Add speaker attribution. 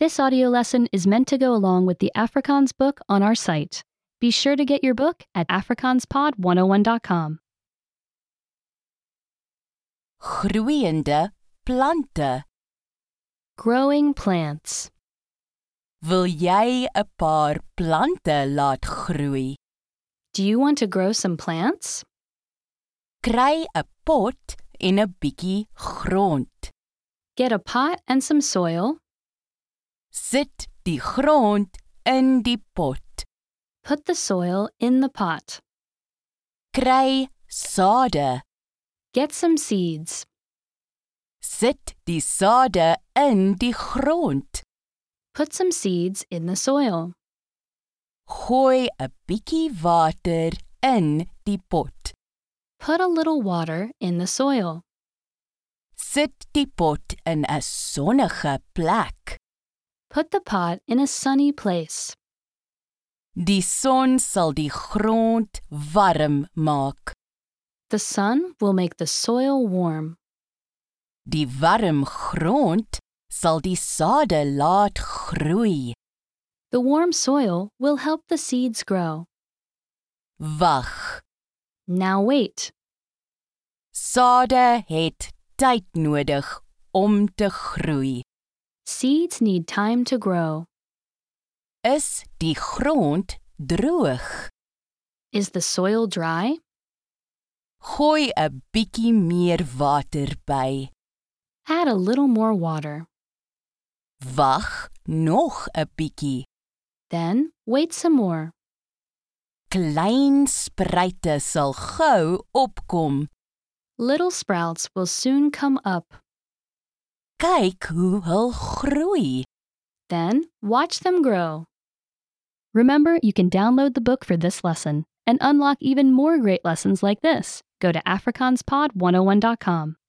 Speaker 1: This audio lesson is meant to go along with the Afrikaans book on our site. Be sure to get your book at afrikaanspod101.com.
Speaker 2: Groeiende plante.
Speaker 1: Growing plants.
Speaker 2: Wil jy 'n paar plante laat groei?
Speaker 1: Do you want to grow some plants?
Speaker 2: Kry 'n pot en 'n bietjie grond.
Speaker 1: Get a pot and some soil.
Speaker 2: Sit die grond in die pot.
Speaker 1: Put the soil in the pot.
Speaker 2: Kry sade.
Speaker 1: Get some seeds.
Speaker 2: Sit die sade in die grond.
Speaker 1: Put some seeds in the soil.
Speaker 2: Gooi 'n bietjie water in die pot.
Speaker 1: Put a little water in the soil.
Speaker 2: Sit die pot in 'n sonnige plek.
Speaker 1: Put the pot in a sunny place.
Speaker 2: Die son sal die grond warm maak.
Speaker 1: The sun will make the soil warm.
Speaker 2: Die warm grond sal die sade laat groei.
Speaker 1: The warm soil will help the seeds grow.
Speaker 2: Wag.
Speaker 1: Now wait.
Speaker 2: Sade het tyd nodig om te groei.
Speaker 1: Seeds need time to grow.
Speaker 2: Is die grond droog?
Speaker 1: Is the soil dry?
Speaker 2: Gooi 'n bietjie meer water by.
Speaker 1: Add a little more water.
Speaker 2: Wag nog 'n bietjie.
Speaker 1: Then wait some more.
Speaker 2: Klein spruite sal gou opkom.
Speaker 1: Little sprouts will soon come up.
Speaker 2: Kyk hoe hul groei.
Speaker 1: Then watch them grow. Remember, you can download the book for this oh lesson and unlock even more great lessons like this. Go to AfrikaansPod101.com.